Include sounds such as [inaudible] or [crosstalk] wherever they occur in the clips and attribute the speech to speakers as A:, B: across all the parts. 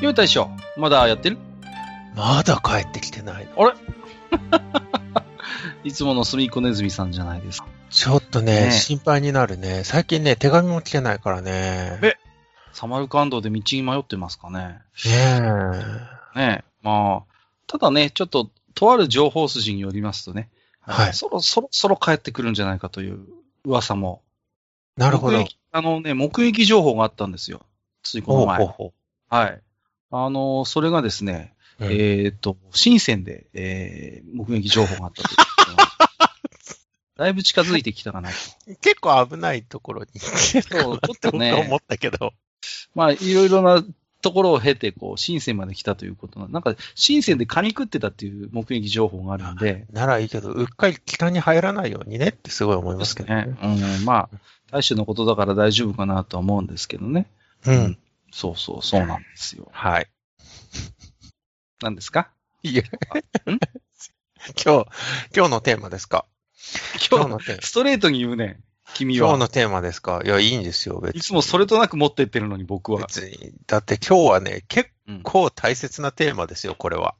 A: ゆうたしょまだやってる
B: まだ帰ってきてないの。
A: いつものスミコネズミさんじゃないですか。
B: ちょっとね、
A: ね
B: 心配になるね。最近ね、手紙も来てないからね。
A: え
B: ね
A: サマルカンドで道に迷ってますかね。
B: え。
A: ねえ、まあ、ただね、ちょっと、とある情報筋によりますとね、
B: はい
A: そろそろそろ帰ってくるんじゃないかという噂も。
B: なるほ
A: 目
B: ど。
A: 撃あのね、目撃情報があったんですよ。ついこの前。
B: ほうほ
A: はい。あの、それがですね、
B: うん
A: えっ、と、深センで、えー目撃情報があったという
B: [laughs]
A: だいぶ近づいてきたかなと。
B: う結構危ないところに来てる
A: そう
B: かな
A: ちょっとね
B: と思ったけど。
A: まあ、いろいろなところを経て、こう、深センまで来たということななんか、深センでカニ食ってたっていう目撃情報があるんで、
B: ならいいけど、うっかり北に入らないようにねってすごい思い
A: で
B: ます
A: す
B: けどね。
A: ね。うん、まあ、大衆のことだから大丈夫かなとは思うんですけどね。
B: うん。
A: そうそう、そうなんですよ。
B: はい。
A: なんですか
B: いや、今日、今日のテーマですか
A: 今日
B: 今日のテーマ。
A: ストレートに言うね、君
B: 今日
A: は。
B: のテーマですかいや、いいんですよ、別に。
A: いつもそれとなく持ってってるのに僕は。
B: 別に。だって今日はね、結
A: うん
B: 構大切なテーマですよ、これは。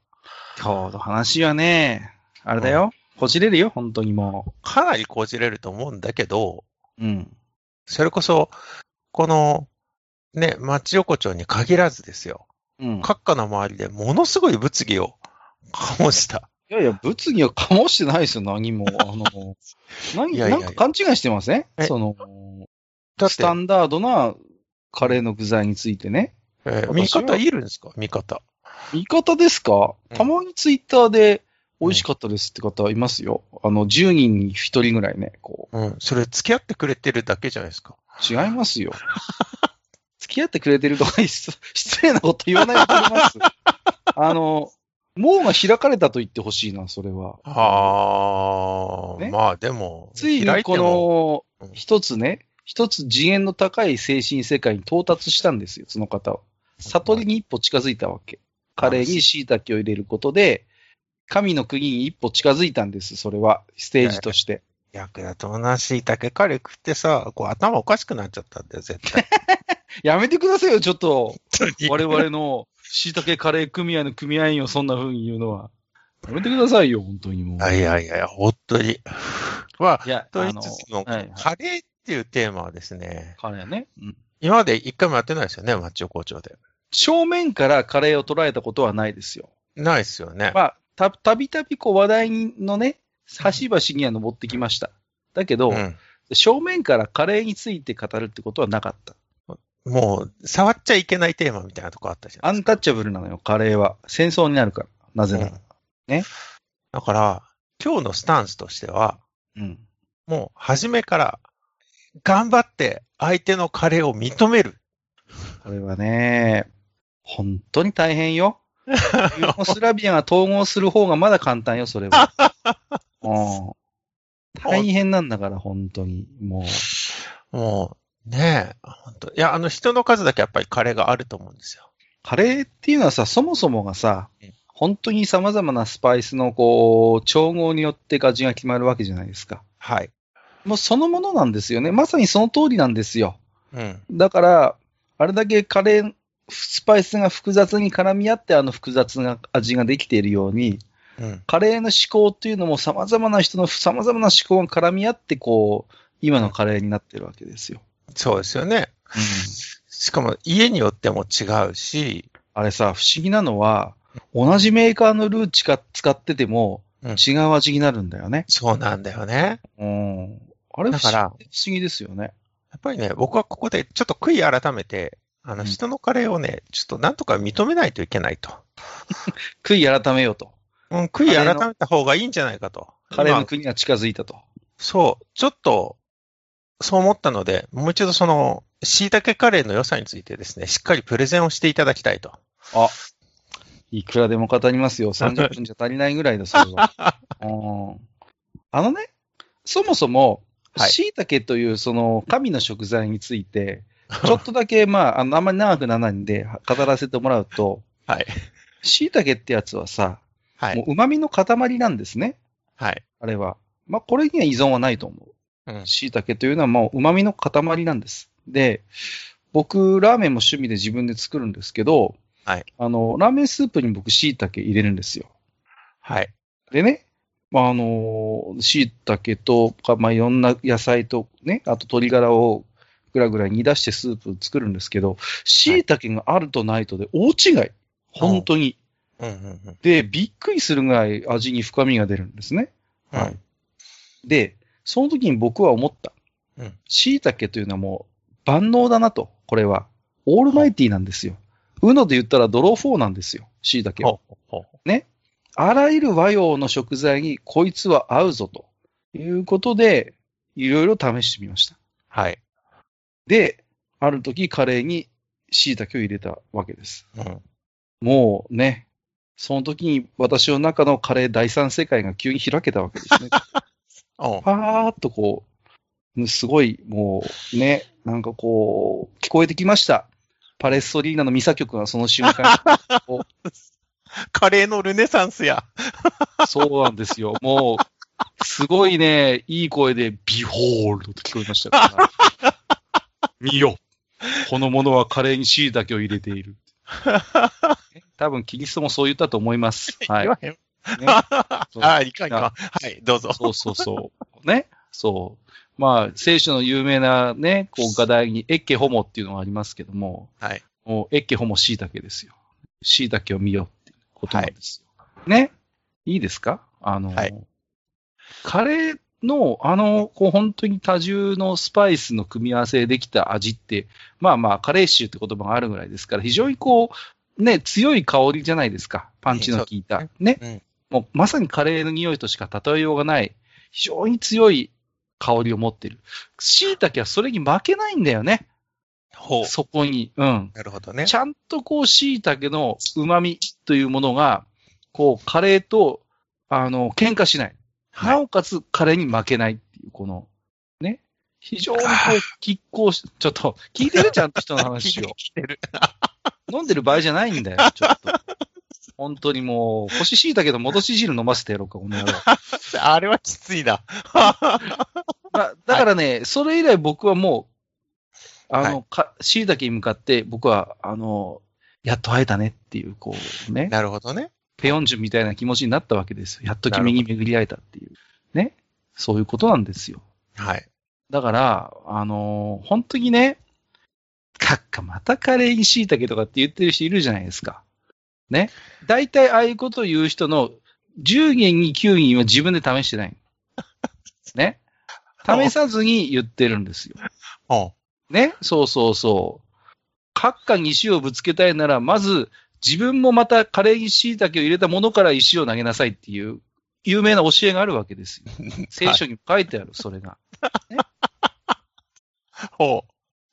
A: 今日の話はね、あれだよ。こじれるよ、本当にも
B: かなりこじれると思うんだけど、
A: う。うん。
B: それこそ、この、ね、町横丁に限らずですよ。
A: うん。
B: 閣下の周りでものすごい物議を醸した。
A: いやいや、物議は醸してないですよ、何
B: [laughs]
A: も。あの、何
B: いやいやいや
A: なんか勘違いしてません
B: え
A: その、
B: だっ
A: ス
B: て
A: タ、ンダードなカレーの具材についてね。
B: えー
A: 私は
B: 味方いるんですか味方。
A: 味方ですか、
B: うん
A: たまにツイッターで美味しかったですって方いますよ。あの、10人に1人ぐらいね、こ
B: うん。それ付き合ってくれてるだけじゃないですか。
A: う、違います
B: [laughs]
A: よ。付き合ってくれてるとか、失失礼なこと言わないと思います。あの、門が開かれたと言ってほしいな、それは。
B: あー、
A: ね
B: まあでも、
A: つい
B: 開
A: に
B: いても
A: こ
B: 開いても
A: の
B: うん
A: 一つね、一つ次元の高い精神世界に到達したんですよ、その方は。悟りに一歩近づいたわけ。カレーに椎茸を入れることで、神の国に一歩近づいたんです、それは。ステージとして。
B: 役だと同じ竹カレー食ってさ、こう頭おかしくなっちゃったんだよ、絶
A: [laughs]
B: 対。
A: やめてくださいよ、ちょっと。
B: 本当に
A: 我々の椎茸カレー組合の組合員をそんな風に言うのは。やめてくださいよ、本当にもう。
B: いやいやいや、本当に。は、
A: いや、
B: と
A: あ
B: 言い
A: の
B: つつも、
A: はいはい
B: カレーっていうテーマはですね、
A: カレーね。うん
B: 今まで一回もやってないですよね、マッチョ校長で。
A: 正面からカレーを捉えたことはないですよ。
B: ないですよ
A: [laughs]
B: ね。
A: まあ、た、たびたびこう話題のね、端々には登ってきました。だけど、
B: うん
A: 正面からカレーについて語るってことはなかった。
B: もう、触っちゃいけないテーマみたいなとこあったじゃ
A: ア
B: ん。
A: ンタッチャブルなのよ、カレーは。戦争になるから。なぜなら。
B: だから、今日のスタンスとしては、
A: うん。
B: もう、初めから、頑張って相手のカレーを認める。
A: これはね、本当に大変よ。ユーゴスラビアが統合する方がまだ簡単よ、それは。うん大変なんだから、本当に。も
B: もう、もうねえ、ほんといや、あの、人の数だけやっぱりカレーがあると思うんですよ。
A: う、カレーっていうのはさ、そもそもがさ
B: うん、
A: 本当に様々なスパイスのこう、調合によって味が決まるわけじゃないですか。
B: はい。
A: もうそのものなんですよね。まさにその通りなんですよ。
B: うん。
A: だから、あれだけカレー、スパイスが複雑に絡み合って、あの複雑な味ができているように、
B: うん。
A: カレーの思考っていうのも様々な人の様々な思考が絡み合って、こう、今のカレーになってるわけですよ。
B: そうですよね。しかも、家によっても違うし、
A: あれさ、不思議なのは、同じメーカーのルーチか使ってても、
B: うん
A: 違う味になるんだよね。
B: そうなんだよね。
A: うん。あれ不思議
B: だから
A: 不思議ですよね。
B: やっぱりね、僕はここでちょっと悔い改めて、あ
A: う
B: の、
A: ん
B: 人のカレーをね、ちょっとなんとか認めないといけないと。
A: 悔い改めようと。
B: うん、悔い
A: カレーの
B: 改めた方がいいんじゃないかと。
A: カレーの
B: 今
A: 国が近づいたと。
B: そう、ちょっと、そう思ったので、もう一度その、椎茸カレーの良さについてですね、しっかりプレゼンをしていただきたいと。
A: いくらでも語りますよ。30分じゃ足りないぐらいだ、それは。
B: [laughs]
A: うんあのね、そもそも、
B: はい
A: 椎茸というその神の食材について、ちょっとだけ、まあ、あの、あんまり長くならないんで、語らせてもらうと、
B: はい。
A: 椎茸ってやつはさ、
B: は
A: も
B: い。
A: う旨味の塊なんですね、
B: はい。
A: あれは。まあ、これには依存はないと思う。
B: うん。
A: 椎茸というのはもう旨味の塊なんです。で、僕、ラーメンも趣味で自分で作るんですけど、
B: はい
A: あの、ラーメンスープに僕、椎茸入れるんですよ。
B: はい。
A: でね、まあ、あの、椎茸とか、まあ、いろんな野菜とね、あと鶏ガラをぐらぐら煮出してスープ作るんですけど、椎茸があるとないとで大違い。本当に。
B: うんうんうん。
A: で、びっくりするぐらい味に深みが出るんですね。
B: は
A: はいい。で、その時に僕は思った
B: うん。
A: 椎茸というのはもう万能だなと、これは。オールマイティなんですよ。うので言ったらドローフォーなんですよ、椎茸は。
B: ほうほうほ
A: あらゆる和洋の食材にこいつは合うぞということで、いろいろ試してみました。
B: うはい。
A: で、ある時カレーに椎茸を入れたわけです。
B: うん。
A: もうね、その時に私の中のカレー第三世界が急に開けたわけですね。
B: おう
A: パーっとこううん、すごい、もう、ね、なんかこう、聞こえてきました。パレストリーナのミサ曲がその瞬
B: [laughs]
A: 間、
B: カレーのルネサンスや。
A: そうなんですよ。もう、すごいね、いい声で、ビホールドと聞こえましたから。見よ。このものはカレーに椎茸を入れてい
B: [laughs]
A: る。ね多分、キリストもそう言ったと思います。はい
B: 言。わへん。 [laughs]
A: ね
B: あ
A: そう
B: あ、いかんいかん。はい、どうぞ。
A: そうそうそう。ね。そう。まあ、聖書の有名なね、こう、画題に、エッケホモっていうのがありますけども、
B: はい。
A: もう、エッケホモ椎茸ですよ。椎茸を見よっていうことなんですよ。ね。いいですかあの、
B: はい
A: カレーの、あの、こう、本当に多重のスパイスの組み合わせでできた味って、まあまあ、カレー臭って言葉があるぐらいですから、非常にこう、ね、強い香りじゃないですか。パンチの効い
B: え
A: た。ね。
B: うん
A: もう、まさにカレーの匂いとしか例えようがない、非常に強い香りを持ってる。椎茸はそれに負けないんだよね。
B: ほう。
A: そこに。うん。
B: なるほどね。
A: ちゃんとこう、椎茸の旨味というものが、こう、カレーと、あの、喧嘩しない。
B: はい
A: なおかつ、カレーに負けないっていう、この、ね。非常にこ
B: あ
A: う、拮抗し、ちょっと、聞いてるちゃんと人の話を。
B: [laughs] 聞いてる。
A: 飲んでる場合じゃないんだよ、ちょっと。本当にもう、干し椎茸の戻し汁飲ませてやろうか、この野郎。
B: あれはきついな。
A: まあ、だからね、それ以来僕はもう、あ
B: は
A: の、か、椎茸に向かって、僕は、あの、やっと会えたねっていう、こうね、
B: [laughs] なるほどね。
A: ペヨンジュンみたいな気持ちになったわけですよ。やっと
B: なる
A: 君
B: ほど
A: に巡り会えたっていう。ね。そういうことなんですよ。
B: はい。
A: だから、あのー本当にね、かっか、またカレーに椎茸とかって言ってる人いるじゃないですか。ね。大体ああいうことを言う人の10人に9人は自分で試してない。ね。試さずに言ってるんですよ。
B: ほ
A: ね。そうそうそう。かっかに石をぶつけたいなら、まず自分もまたカレーに椎茸を入れたものから石を投げなさいっていう有名な教えがあるわけですよ。聖書にも書いてある、それが。
B: う。ほ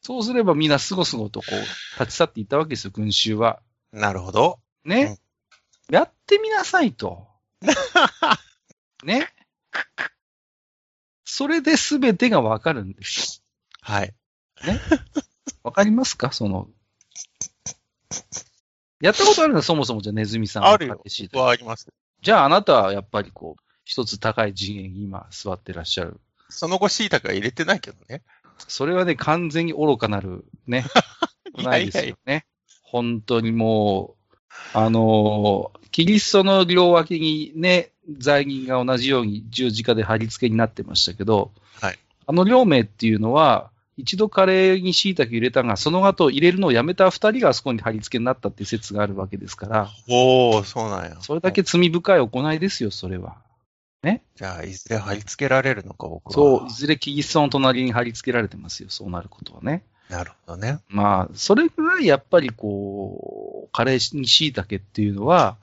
A: そうすればみんなすごすごとこう、立ち去っていったわけですよ、群衆は。
B: う。なるほど。
A: ね。やってみなさいと。ね。それで全てがわかるんです。
B: はい。
A: わかりますかその。やったことあるのそもそもじゃあネズミさんは
B: あるよ
A: 彼氏。と
B: 僕はあります。
A: じゃああなたはやっぱりこう、一つ高い次元に今座ってらっしゃる。
B: その後、椎茸は入れてないけどね。
A: それはね、完全に愚かなるね、
B: [laughs] い
A: な
B: や
A: い
B: い
A: です
B: やい
A: よね。本当にもう、あのーキリストの両脇にね、罪人が同じように十字架で貼り付けになってましたけど、
B: はい
A: あの両名っていうのは、一度カレーに椎茸入れたが、その後入れるのをやめた二人があそこに貼り付けになったっていう説があるわけですから、
B: や。おー、そうなんや。
A: それだけ罪深い行いですよ、それは。
B: じゃあ、いずれ貼り付けられるのか、僕は。
A: そう、いずれキリストの隣に貼り付けられてますよ、そうなることはね。
B: なるほどね。
A: まあ、それぐらいやっぱりこう、カレーに椎茸っていうのは、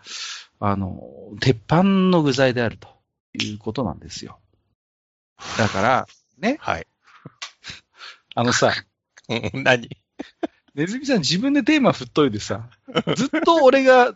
A: あの、鉄板の具材であるということなんですよ。だから、
B: はい。
A: あのさ、
B: うん何
A: ネズミさん自分でテーマ振っといてさ、ずっと俺が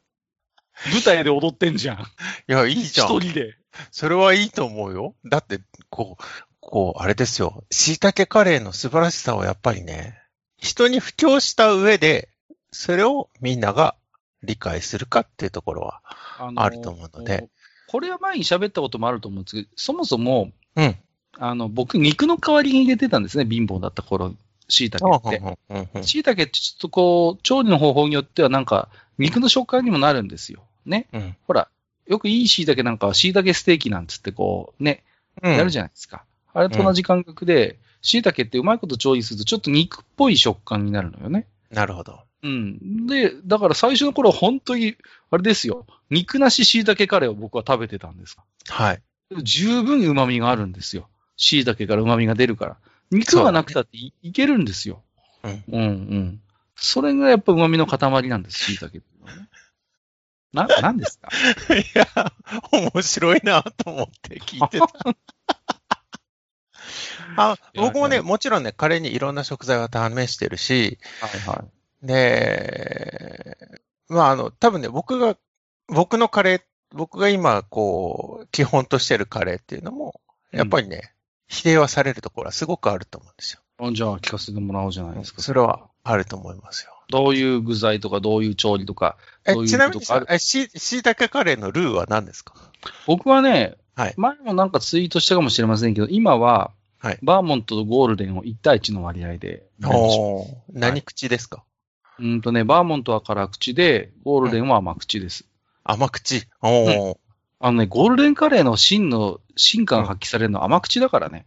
A: 舞台で踊ってんじゃん。
B: いや、いいじ
A: 一
B: ゃん。
A: 人で。
B: それはいいと思うよ。だって、こう、こう、あれですよ。椎茸カレーの素晴らしさをやっぱりね、人に布教した上で、それをみんなが理解するかっていうところは。
A: あ
B: あると思うので。
A: これは前に喋ったこともあると思うんですけど、そもそも、
B: うん。
A: あの、僕、肉の代わりに入れてたんですね、貧乏だった頃、椎茸って。
B: うんうんうん
A: 椎茸ってちょっとこう、調理の方法によってはなんか、肉の食感にもなるんですよ。ね。
B: うん
A: ほら、よくいい椎茸なんかは椎茸ステーキなんつってこう、ね、
B: うん。
A: やるじゃないですか。あれと同じ感覚で、椎茸ってうまいこと調理するとちょっと肉っぽい食感になるのよね。
B: なるほど。
A: うん。で、だから最初の頃は本当に、あれですよ。肉なし椎茸カレーを僕は食べてたんです。
B: はい。
A: 十分旨味があるんですよ。椎茸から旨味が出るから。肉がなくたってい,、けるんですよ。
B: うん
A: うんうんそれがやっぱ旨味の塊なん
B: [laughs]
A: です、椎茸っていうのはね。な、なんですか
B: いや、面白いなと思って聞
A: [laughs]
B: いてた。あ
A: いや
B: 僕も
A: い
B: ね、
A: や
B: もちろんね、カレーにいろんな食材を試してるし、
A: はいは
B: で、まあ、あの、多分ね、僕が、僕のカレー、僕が今、こう、基本としてるカレーっていうのも、やっぱりね、否定はされるところはすごくあると思うんですよ。
A: いあ。じゃあ聞かせてもらおうじゃないですか。
B: それは。あると思いますよ。
A: どういう具材とかどういう調理とか。
B: え
A: そういうこと、
B: ちなみに
A: あ
B: さ
A: る、
B: えし、椎茸カレーのルーは何ですか
A: 僕はね、
B: はい
A: 前もなんかツイートしたかもしれませんけど、今は、
B: はい
A: バーモントとゴールデンを1対1の割合で。
B: おー何口ですか、
A: うんとね、バーモントは辛口で、ゴールデンは甘口です。
B: 甘口。おー
A: あのね、ゴールデンカレーの真の、真感発揮されるのは甘口だからね。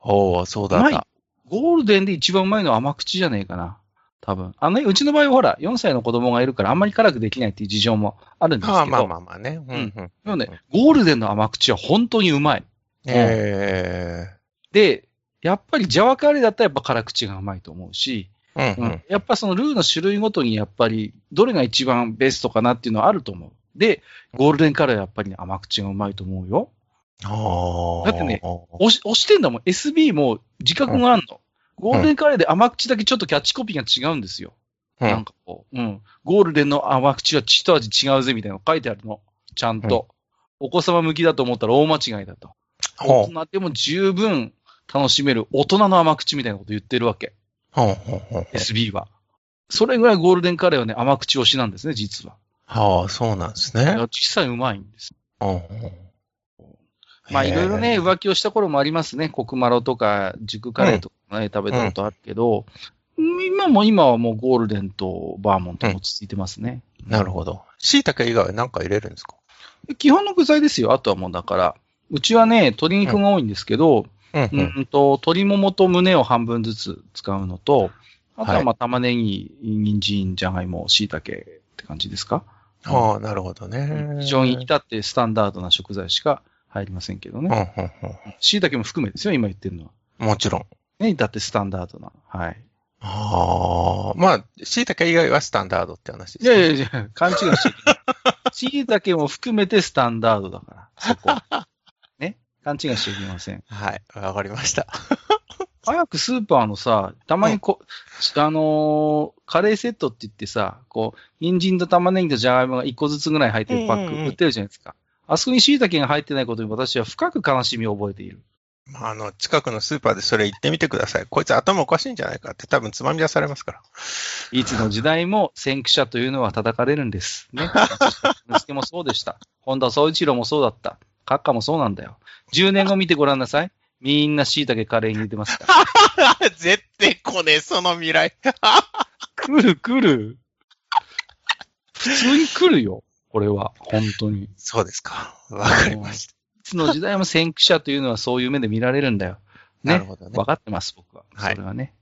B: おーそう
A: う
B: だ
A: まい
B: な。。
A: ゴールデンで一番うまいのは甘口じゃねえかな。多分。あのね、うちの場合はほら、4歳の子供がいるからあんまり辛くできないっていう事情もあるんですけど。
B: まあまあまあまあね。うんんうん。
A: なので、ゴールデンの甘口は本当にうまい。
B: え
A: で、やっぱりジャワカレーだったらやっぱ辛口がうまいと思うし、
B: えうん
A: う
B: うんん。
A: やっぱそのルーの種類ごとにやっぱり、どれが一番ベストかなっていうのはあると思う。で、ゴールデンカレーはやっぱりね、甘口がうまいと思うよ。
B: あー
A: だってね、押し押してんだもん。SB も自覚があんの。ゴールデンカレーで甘口だけちょっとキャッチコピーが違うんですよ。
B: うん
A: なんかこう、うん。ゴールデンの甘口は一味違うぜみたいなの書いてあるの。ちゃんと。お子様向きだと思ったら大間違いだと。大
B: ほう
A: 人でも十分楽しめる大人の甘口みたいなこと言ってるわけ。
B: ほうほうほう
A: SB は。それぐらいゴールデンカレーはね、甘口推しなんですね、実は。
B: はあ、そうなんです
A: だか
B: ね。
A: ら実際うまいんです。
B: うんうん
A: まあいろいろね、
B: へえ
A: 浮気をした頃もありますね。コクマロとか、熟カレーとかね、食べたことあるけど、今も今はもうゴールデンとバーモントも落ち着いてますね。
B: なるほど。椎茸以外は何か入れるんですか
A: 基本の具材ですよ、あとはもうだから。うちはね、鶏肉が多いんですけど、
B: うん
A: うん、と鶏ももと胸を半分ずつ使うのと、あとはまあ玉ねぎ、人参、じゃがいも、椎茸って感じですか。
B: ああ、なるほど
A: うん
B: ね。
A: 非常に至ってスタンダードな食材しか入りませんけど
B: うんう
A: ね。
B: ん
A: 椎茸も含めですよ、今言ってるのは。
B: うんもちろん。
A: ね、至ってスタンダードな。はい。
B: ああ、まあ、椎茸以外はスタンダードって話で
A: いやい
B: すね。
A: やいや、勘違いしち
B: [laughs]
A: ゃいけない。椎茸も含めてスタンダードだから、そこ
B: [laughs]
A: は。ね。勘違いしちゃいけません。
B: はい、わかりました。
A: 早くスーパーのさ、たまにこ、あのーカレーセットって言ってさ、こう、人参と玉ねぎとじゃがいもが一個ずつぐらい入ってるパ
B: うんうん
A: ッ
B: うん
A: ク売ってるじゃないですか。あそこに椎茸が入ってないことに私は深く悲しみを覚えている。
B: まあ、あの、近くのスーパーでそれ行ってみてください。こいつ頭おかしいんじゃないかって多分つまみ出されます [laughs] から。
A: いつの時代も先駆者というのは叩かれるんです。ね。
B: [laughs]
A: 之助もそうでした。本田総一郎もそうだった。カッカもそうなんだよ。10年後見てごらんなさい。みんな椎茸カレーに似てます
B: [laughs]
A: から。
B: 絶対来ねえ、その未来。
A: 来る来る。普通に来るよ。これは。本当に。い
B: そうですか。わかりました。
A: つの時代も先駆者というのはそういう目で見られるんだよ。ね
B: なるほどね。
A: わかってます、僕は。
B: はい
A: それはね。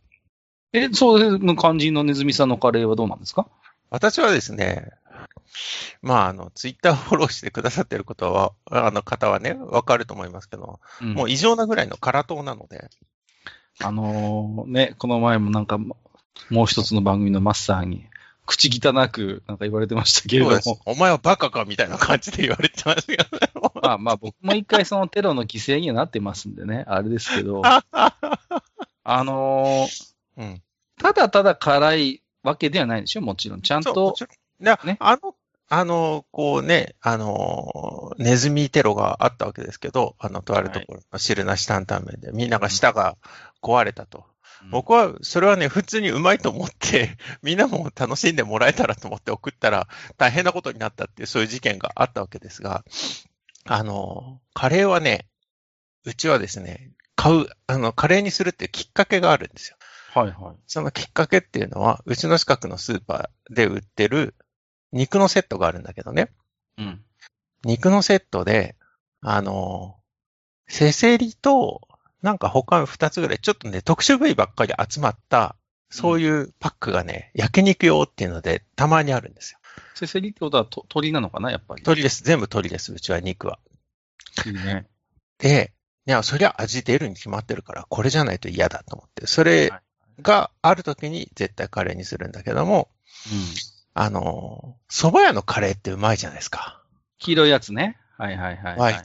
A: え、そう、肝心のネズミさんのカレーはどうなんですか
B: 私はですね、まあ、あの、ツイッターフォローしてくださってることは、あの方はね、わかると思いますけど、
A: うん
B: もう異常なぐらいの辛党なので、
A: あのーね、この前もなんか、もう一つの番組のマスターに、口汚くなんか言われてましたけれど
B: そうです
A: も、
B: お前はバカかみたいな感じで言われてましたけど、
A: [laughs] まあまあ僕も一回そのテロの
B: [laughs]
A: 犠牲にはなってますんでね、あれですけど、あのー
B: うん。
A: ただただ辛いわけではないでしょもちろん。ちゃん
B: そうも
A: と、
B: ちろんだ
A: ね
B: あの、あの、こうね、あの、ネズミテロがあったわけですけど、あの、とあるところの汁なし担々麺で、みんなが舌が壊れたと。
A: うん
B: 僕は、それはね、普通にうまいと思って、 [laughs] みんなも楽しんでもらえたらと思って送ったら、大変なことになったっていう、そういう事件があったわけですが、あの、カレーはね、うちはですね、買う、あの、カレーにするっていうきっかけがあるんですよ。
A: はいはい。
B: そのきっかけっていうのは、うちの近くのスーパーで売ってる肉のセットがあるんだけどね。
A: うん。
B: 肉のセットで、あの、せせりと、なんか他の二つぐらい、ちょっとね、特殊部位ばっかり集まった、そういうパックがね、焼肉用っていうので、たまにあるんですよ。
A: せせりってことはと鳥なのかなやっぱり。
B: 鳥です。全部鳥です。うちは肉は。
A: いいね。
B: [laughs] で、いや、そりゃ味出るに決まってるから、これじゃないと嫌だと思って、それがある時に絶対カレーにするんだけども、
A: うん。
B: あの、蕎麦屋のカレーってうまいじゃないですか。
A: 黄色いやつね。はいはいはい、
B: は、
A: はいい。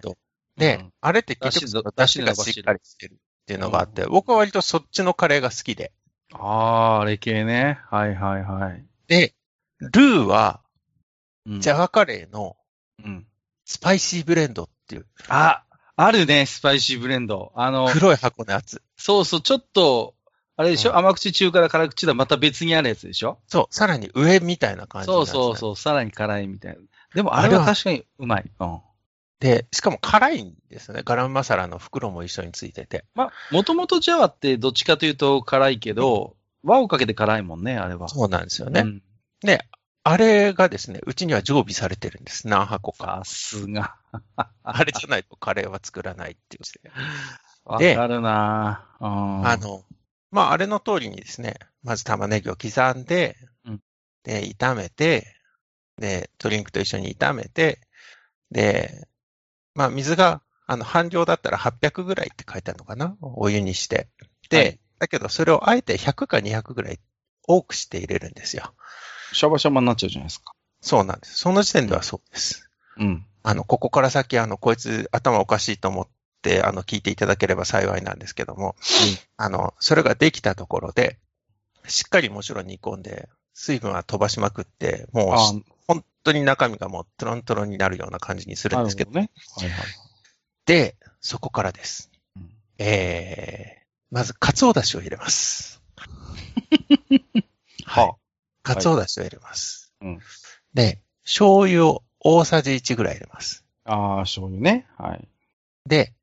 B: で、
A: うん
B: あれって結
A: だしど
B: 局、出汁がしっかりしてるっていうのがあって、僕は割とそっちのカレーが好きで。
A: あー、あれ系ね。はいはいはい。
B: で、ルーは、
A: うん、
B: ジャガカレーの
A: うん。
B: スパイシーブレンドっていう、
A: あ、あるね、スパイシーブレンド。あの、
B: 黒い箱のやつ。
A: そうそう、ちょっと、あれでしょ、
B: うん
A: 甘口中辛辛口だ、また別にあるやつでしょ
B: そう、さらに上みたいな感じの
A: そ
B: や
A: う
B: つ
A: そうそう、さらに辛いみたいな。でもあれ
B: あれ
A: は
B: は
A: 確かにうまい。うん。
B: で、しかも辛いんですよね。ガラムマサラの袋も一緒についてて。
A: まあ、もともとジャワってどっちかというと辛いけど、和をかけて辛いもんね、あれは。
B: そうなんですよね。
A: うん
B: で、あれがですね、うちには常備されてるんです。何箱か。
A: さすが。
B: [laughs] あれじゃないとカレーは作らないっていう。
A: わ
B: で
A: かるなぁうん。
B: あの、まあ、あれの通りにですね、まず玉ねぎを刻んで、
A: うん
B: で、炒めて、で、ドリンクと一緒に炒めて、で、まあ、水が、あの、半量だったら800ぐらいって書いてあるのかなお湯にして。で、
A: はい
B: だけどそれをあえて100か200ぐらい多くして入れるんですよ。
A: シャバシャバになっちゃうじゃないですか。
B: そうなんです。その時点ではそうです。
A: うん。
B: あの、ここから先、あの、こいつ頭おかしいと思って、あの、聞いていただければ幸いなんですけども、あの、それができたところで、しっかりもちろん煮込んで、水分は飛ばしまくって、もう
A: あ
B: し本当に中身がもうトロントロンになるような感じにするんですけど、
A: なるほどね。はいはい。
B: で、そこからです
A: うん。
B: えー、まず、カツオだしを入
A: [laughs]
B: れます。
A: はあ
B: カツオだしを入れます。
A: うん
B: で、醤油を大さじ1ぐらい入れます。
A: ああ、醤油ね。はい。
B: で、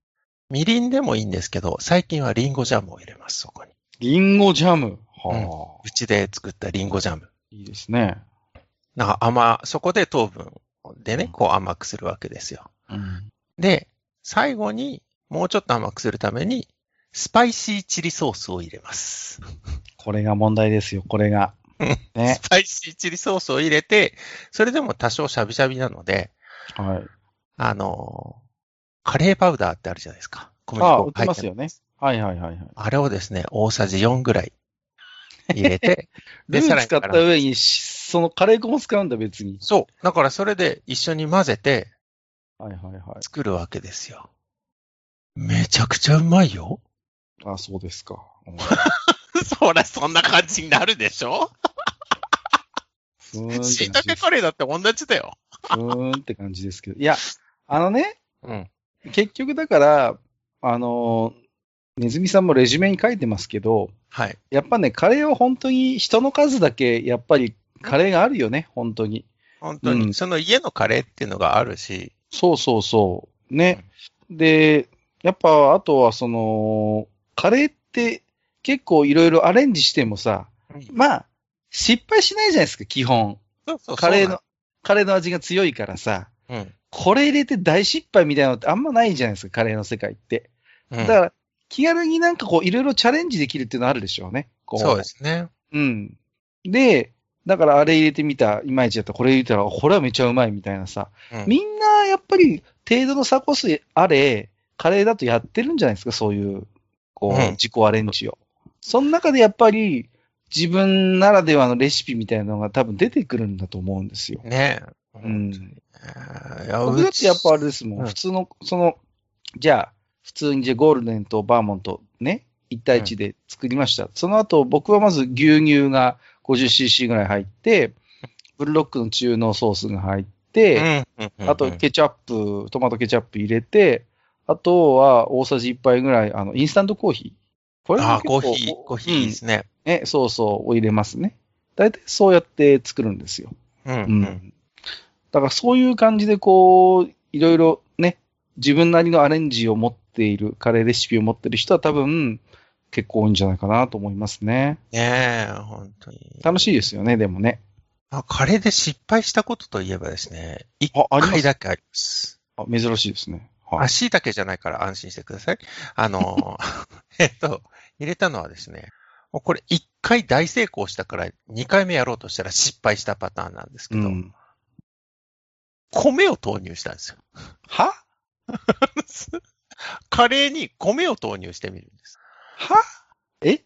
B: みりんでもいいんですけど、最近はリンゴジャムを入れます、そこに。
A: リンゴジャム。はあ、
B: うちで作ったリンゴジャム。
A: いいですね。
B: なんか甘、そこで糖分で
A: う
B: ね
A: ん、
B: こう甘くするわけですよ。
A: うん。
B: で、最後に、もうちょっと甘くするために、スパイシーチリソースを入れます。
A: これが問題ですよ、これ [laughs] が。ね。
B: スパイシーチリソースを入れて、それでも多少シャビシャビなので、
A: はい。
B: あのーカレーパウダーってあるじゃないですか。小
A: ああ、
B: 粉
A: 売ってますよね。はいはいはいはい。
B: あれをですね、大さじ4ぐらい入れ
A: [laughs]
B: て、
A: ルー使っ
B: さらに
A: た上にし、そのカレー粉も使うんだ、別に。
B: そう。だからそれで一緒に混ぜて
A: はいはいはい。
B: 作るわけですよ。めちゃくちゃうまいよ。
A: ああ、そうですか。うん
B: [laughs] そら、そんな感じになるでしょ
A: ふーんって [laughs] 感じ
B: 椎
A: で
B: 茸
A: す。
B: カレーだって同じだよ。
A: ふーんって感じですけど。いや、あのね、
B: うん。
A: 結局だから、あのー、ネズミさんもレジュメに書いてますけど、
B: はい。
A: やっぱね、カレーは本当に人の数だけ、やっぱりカレーがあるよね、本当に。
B: 本当に、
A: うん
B: その家のカレーっていうのがあるし、
A: そうそうそう。ね。で、やっぱ、あとはその、カレーって結構いろいろアレンジしてもさ、まあ、失敗しないじゃないですか、基本。
B: そうそう
A: カレーの、カレーの味が強いからさ、
B: そうなん。
A: これ入れて大失敗みたいなのってあんまないじゃないですか、カレーの世界って。
B: うん。う
A: だ
B: ん
A: から、気軽になんかこう、いろいろチャレンジできるっていうのはあるでしょうね。こ
B: そうですね。
A: うん。で、だからあれ入れてみた、いまいちだった、これ入れたら、これはめちゃうまいみたいなさ。
B: うん
A: みんなやっぱり程度の差こそあれ、カレーだとやってるんじゃないですか、そういう、こ
B: うん
A: う、自己アレンジを。その中でやっぱり、自分ならではのレシピみたいなのが多分出てくるんだと思うんですよ。
B: ねえ。
A: うん。
B: いや
A: 僕だってやっぱあれですもん、
B: うん
A: 普通の、その、じゃあ、普通にじゃあゴールデンとバーモントね、 1対1で作りました。その後、僕はまず牛乳が 50cc ぐらい入って、ブルドックの中濃ソースが入って、あとケチャップ、トマトケチャップ入れて、あとは大さじ1杯ぐらい、あの、インスタントコーヒー。これ
B: あ
A: も
B: あ、
A: 結
B: コ
A: 構
B: ーヒー、コーヒーですね。
A: ね、そうそう、を入れますね。大体そうやって作るんですよ。
B: うん。う
A: うんん。だからそういう感じでこう、いろいろね、自分なりのアレンジを持っている、カレーレシピを持っている人は多分結構多いんじゃないかなと思いますね。
B: ねえ、本当に。
A: 楽しいですよね、でもね。
B: あ、カレーで失敗したことといえばですね、一
A: ああります
B: 回だけあります。
A: あ珍しいですね。は
B: あ、
A: い。
B: 椎茸じゃないから安心してください。あのー、 [laughs] えっと、入れたのはですね、もうこれ一回大成功したから二回目やろうとしたら失敗したパターンなんですけ
A: う
B: ど、
A: ん、
B: 米を投入したんですよ。
A: は
B: [laughs] カレーに米を投入してみるんです。
A: はえ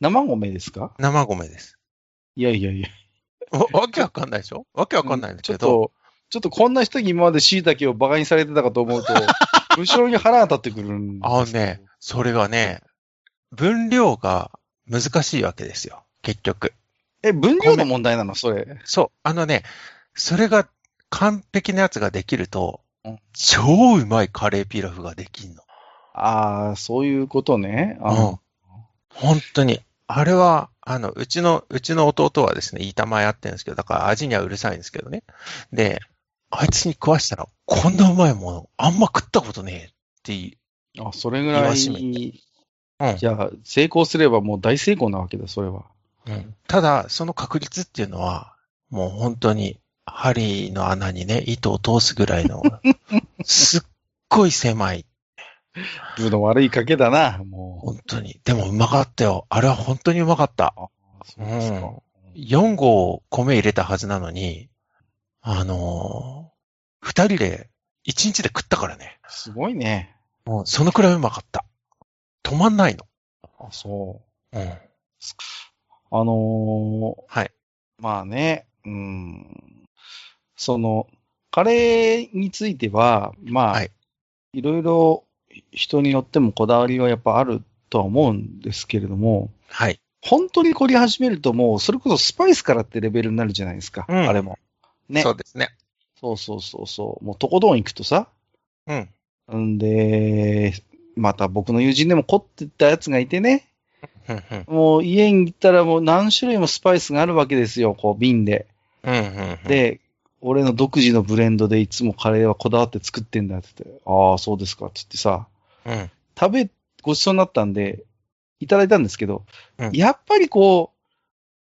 A: 生米ですか
B: 生米です。
A: いやいやいや。
B: わわけわかんないでしょわけわかんないんです
A: ちょ
B: け
A: っ
B: ど、
A: と、ちょっとこんな人に今まで椎茸を馬鹿にされてたかと思う
B: [laughs]
A: と、後ろに腹が立ってくるんです
B: あのね、それがね、分量が難しいわけですよ。結局。
A: え、分量の問題なのそれ。
B: そう。あのね、それが完璧なやつができると
A: うん、
B: 超うまいカレーピラフができんの。
A: ああ、そういうことね。あ
B: うん。本当に。あれは、あの、うちの、うちの弟はですね、板前やってるんですけど、だから味にはうるさいんですけどね。で、あいつに食わしたら、こんなうまいもの、あんま食ったことねえってい
A: あ、それぐらい、
B: 言わしめ
A: じ
B: うん
A: ゃあ、成功すればもう大成功なわけだ、それは。
B: う。うん。ただ、その確率っていうのは、もう本当に、針の穴にね、糸を通すぐらいの、すっごい狭い。
A: 部の悪い賭けだな、も
B: 本当に。でもうまかったよ。あれは本当にうまかった。
A: う。そうですか。
B: 4合米入れたはずなのに、あのー二人で一日で食ったからね。
A: すごいね。
B: もうそのくらいうまかった。止まんないの。
A: あ、そう。
B: うん。
A: あのー
B: はい。
A: まあね、うん。その、カレーについては、まあ、
B: はいい、
A: ろいろ人によってもこだわりはやっぱあるとは思うんですけれども、
B: はい。
A: 本当に凝り始めるともう、それこそスパイスからってレベルになるじゃないですか、
B: うん
A: あれも。ね。
B: そうですね。
A: そうそうそうそう。もうとことん行くとさ。
B: うん。
A: んで、また僕の友人でも凝ってたやつがいてね。
B: うんうん。
A: もう家に行ったらもう何種類もスパイスがあるわけですよ。こう瓶で。
B: うんうんうん、
A: で、俺の独自のブレンドでいつもカレーはこだわって作ってんだって言って。ああ、そうですか。って言ってさ。
B: うん。
A: 食べ、ごちそうになったんで、いただいたんですけど、
B: うん
A: やっぱりこう、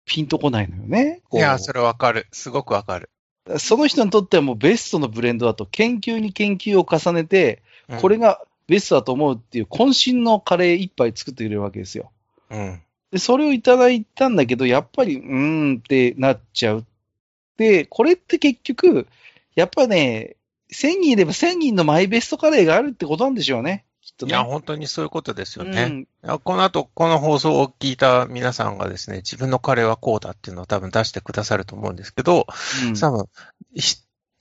A: ピンとこないのよね。こ
B: いうや、それわかる。すごくわかる。
A: その人にとってはもうベストのブレンドだと研究に研究を重ねて、
B: うん
A: これ、がベストだと思うっていう渾身のカレー一杯作ってくれるわけですよ。
B: うん。
A: で、それをいただいたんだけど、やっぱり、うーんってなっちゃう。で、これって結局、やっぱね、1000人いれば1000人のマイベストカレーがあるってことなんでしょうね。きっと
B: い
A: ね。
B: や、本当にそういうことですよ
A: う
B: ね、
A: ん
B: いやこの後、この放送を聞いた皆さんがですね、自分のカレーはこうだっていうのを多分出してくださると思うんですけど、
A: うん
B: 多分、ひ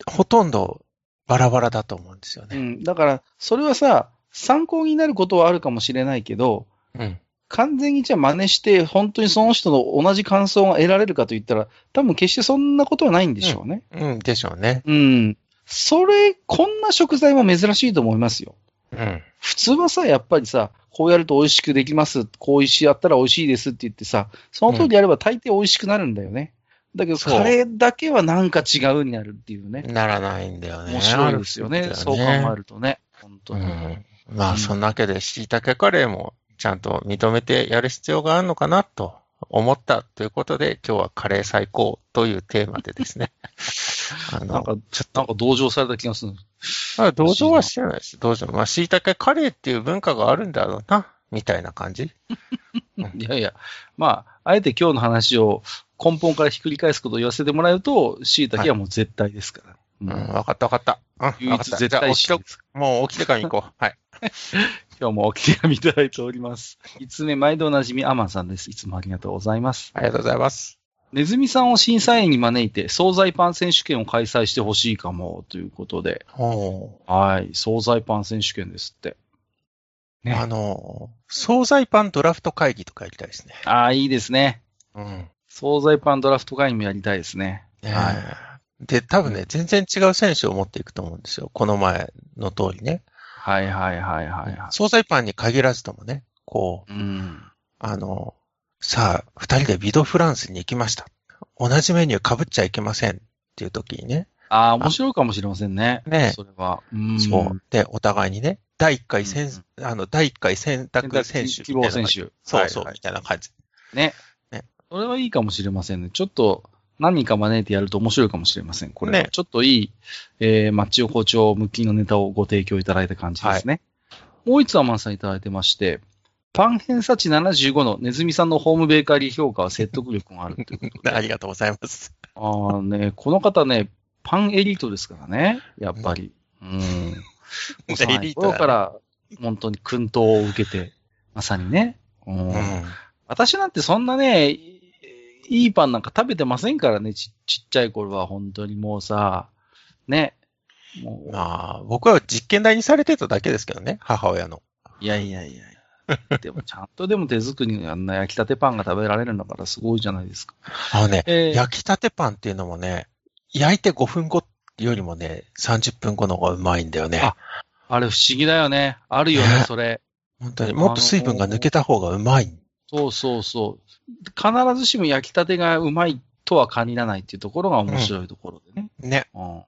B: ほとんどバラバラだと思うんですよ
A: う
B: ね。
A: ん。だから、それはさ、参考になることはあるかもしれないけど、
B: うん。
A: 完全にじゃあ真似して、本当にその人の同じ感想が得られるかと言ったら、多分決してそんなことはないんでしょうね。
B: うん、でしょうね。
A: うん。それ、こんな食材も珍しいと思いますよ。
B: うん。
A: 普通はさ、やっぱりさ、こうやると美味しくできます。こうしやったら美味しいですって言ってさ、その通りやれば大抵美味しくなるんだよね。だけど、
B: そう
A: カレーだけはなんか違うになるっていうね。
B: ならないんだよね。
A: 面白いですよね。そう考えるとね。本当
B: う
A: に。
B: ん。ま
A: うん
B: あ、そんなわけで、椎茸カレーもちゃんと認めてやる必要があるのかなと思ったということで、今日はカレー最高というテーマでですね。
A: [laughs]
B: あ
A: なん
B: の、
A: か、なんか同情された気がする。
B: まあ、同情はしてないです。同情。まあ、椎茸カレーっていう文化があるんだろうな、みたいな感じ。
A: いやいや、まあ、あえて今日の話を根本からひっくり返すことを言わせてもらうと、椎茸はもう絶対ですから。
B: うん、
A: うん
B: わかったわかった。うん、
A: 唯
B: わ
A: 一
B: かった。
A: 絶
B: じゃあ、
A: 対
B: 起き
A: 椎
B: て
A: 茸、です。
B: もう起きてからに行
A: [laughs]
B: こう。はい。
A: 今日もお聞き紙いただいております。5つ目、毎度おなじみ、アマンさんです。いつもありがとうございます。
B: ありがとうございます。
A: ネズミさんを審査員に招いて、惣菜パン選手権を開催してほしいかも、ということで。
B: おー
A: はい、惣菜パン選手権ですって。ね
B: あの、惣菜パンドラフト会議とかやりたいですね。
A: ああ、いいですね。
B: うん。
A: 惣菜パンドラフト会議もやりたいですね。
B: ね
A: はい
B: で、多分ね、全然違う選手を持っていくと思うんですよ。この前の通りね。
A: はいはいはいはいはい。
B: 惣菜パンに限らずともね、こう、
A: うん。
B: あの、さあ、二人でビドフランスに行きました。同じメニュー被っちゃいけませんっていう時にね、
A: ああ、面白いかもしれませんね。
B: ねえ
A: それは。うん。
B: そう。で、お互いにね、第一回
A: う
B: 選
A: ん、
B: あの、第一回選
A: 選
B: 択
A: 択
B: 選
A: 肢
B: 手
A: 希
B: みた
A: 望
B: いな
A: 選
B: 感じ。
A: 手。
B: そうそう、
A: はいはい
B: みたいな感じ。
A: ね。
B: ね
A: それはいいかもしれませんね。ちょっと何人か招いてやると面白いかもしれません。これは、
B: ね
A: ちょっといい、えー、マッチ横丁向きのネタをご提供いただいた感じですね。もう一つアマンさんいただいてまして、パン偏差値75のネズミさんのホームベーカリー評価は説得力があるっていうこと
B: [laughs] ありがとうございます。
A: ああね、この方ね、パンエリートですからね、やっぱり。うん。
B: エリート
A: 幼い頃
B: だ
A: か
B: ね
A: ら、本当に訓導を受けて、まさにね。うん
B: うん。
A: 私なんてそんなね、いいいパンなんか食べてませんからね、ちちっちゃい頃は本当にもうさ、ね。もう
B: まあ、僕は実験台にされてただけですけどね、母親の。
A: いやいやいやいや。でもちゃんとでも手作りのあんな焼きたてパンが食べられるんだからすごいじゃないですか。
B: あのね、
A: えー
B: 焼きたてパンっていうのもね、焼いて5分後よりもね、30分後の方がうまいんだよね
A: あ。あれ不思議だよね。あるよね
B: ね、
A: それ。
B: 本当に。もっと水分が抜けた方がうまい。
A: そうそうそう。必ずしも焼きたてがうまいとは限らないっていうところが面白いところでね。
B: ね。
A: うん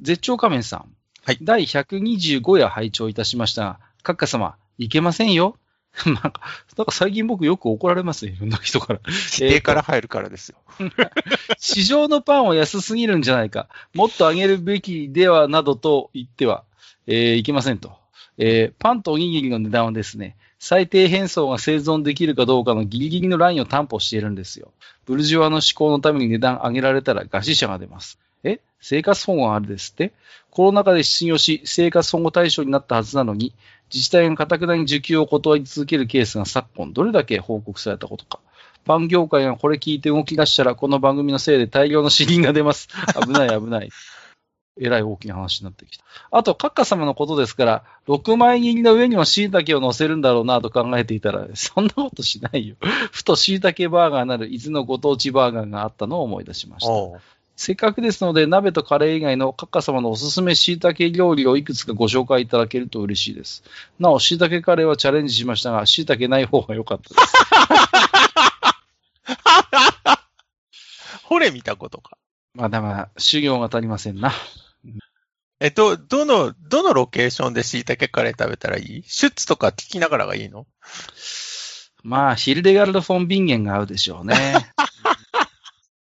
A: 絶頂仮面さん。
B: はい
A: 第125夜拝聴いたしましたが、カッカ様、いけませんよ。 [laughs] なんか、なんか最近僕よく怒られますね、いろんな人
B: [laughs]
A: から。
B: 否定から入るからですよ。
A: 市場のパンは安すぎるんじゃないか。もっと上げるべきではなどと言っては、えーいけませんと。えーパンとおにぎりの値段はですね、最低変装が生存できるかどうかのギリギリのラインを担保しているんですよ。ブルジョワの思考のために値段上げられたら餓死者が出ます。え生活保護があるですってコロナ禍で失業し、生活保護対象になったはずなのに、自治体が固くなに受給を断り続けるケースが昨今、どれだけ報告されたことか。パン業界がこれ聞いて動き出したら、この番組のせいで大量の死人が出ます。危ない危ない。えらい大きな話になってきた。あと、カッカ様のことですから、6枚切りの上にも椎茸を乗せるんだろうなと考えていたら、そんなことしないよ。ふと椎茸バーガーなる伊豆のご当地バーガーがあったのを思い出しました。
B: おう
A: せっかくですので、鍋とカレー以外のカッカ様のおすすめ椎茸料理をいくつかご紹介いただけると嬉しいです。なお、椎茸カレーはチャレンジしましたが、椎茸ない方が良かったです。 [laughs]
B: ほれ見たことか。
A: まあ、だから、修行が足りませんな。
B: え、ど、どの、どのロケーションで椎茸カレー食べたらいいシュッツとか聞きながらがいいの
A: まあ、ヒルデガルド・フォン・ビンゲンが合うでしょうね。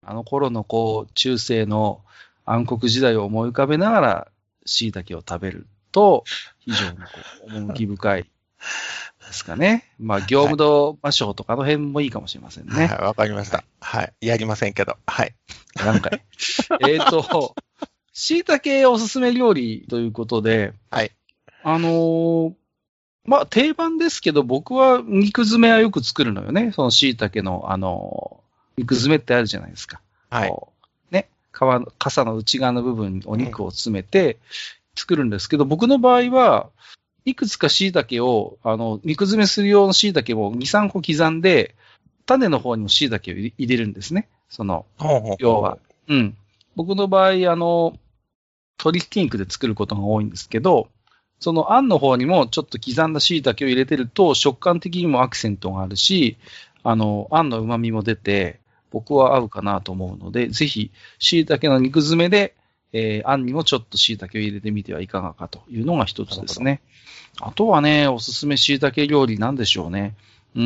A: あの頃の、こう、中世の暗黒時代を思い浮かべながら、椎茸を食べると、非常にこう、趣深いですかね。まあ、業務道魔性とかあの辺もいいかもしれませんね。
B: はい、わかりました。はい。やりませんけど。はい。
A: なん
B: [laughs]
A: か、えっと、椎茸おすすめ料理ということで、
B: はい。
A: あのーまあ、定番ですけど、僕は肉詰めはよく作るのよね。その椎茸の、あのー肉詰めってあるじゃないですか。
B: はい。
A: こうね、皮の、傘の内側の部分にお肉を詰めて作るんですけど、僕の場合は、いくつか椎茸を、あの、肉詰めする用の椎茸を2、3個刻んで、種の方にも椎茸を入れ入れるんですね。その、
B: ほうほう
A: 要は。。うん。僕の場合、あの、鶏ひき肉で作ることが多いんですけど、そのあんの方にもちょっと刻んだ椎茸を入れてると食感的にもアクセントがあるし、あの、あんの旨味も出て、僕は合うかなと思うので、ぜひ、椎茸の肉詰めで、えー、あんにもちょっと椎茸を入れてみてはいかがかというのが一つですね。あとはね、おすすめ椎茸料理なんでしょうね。うー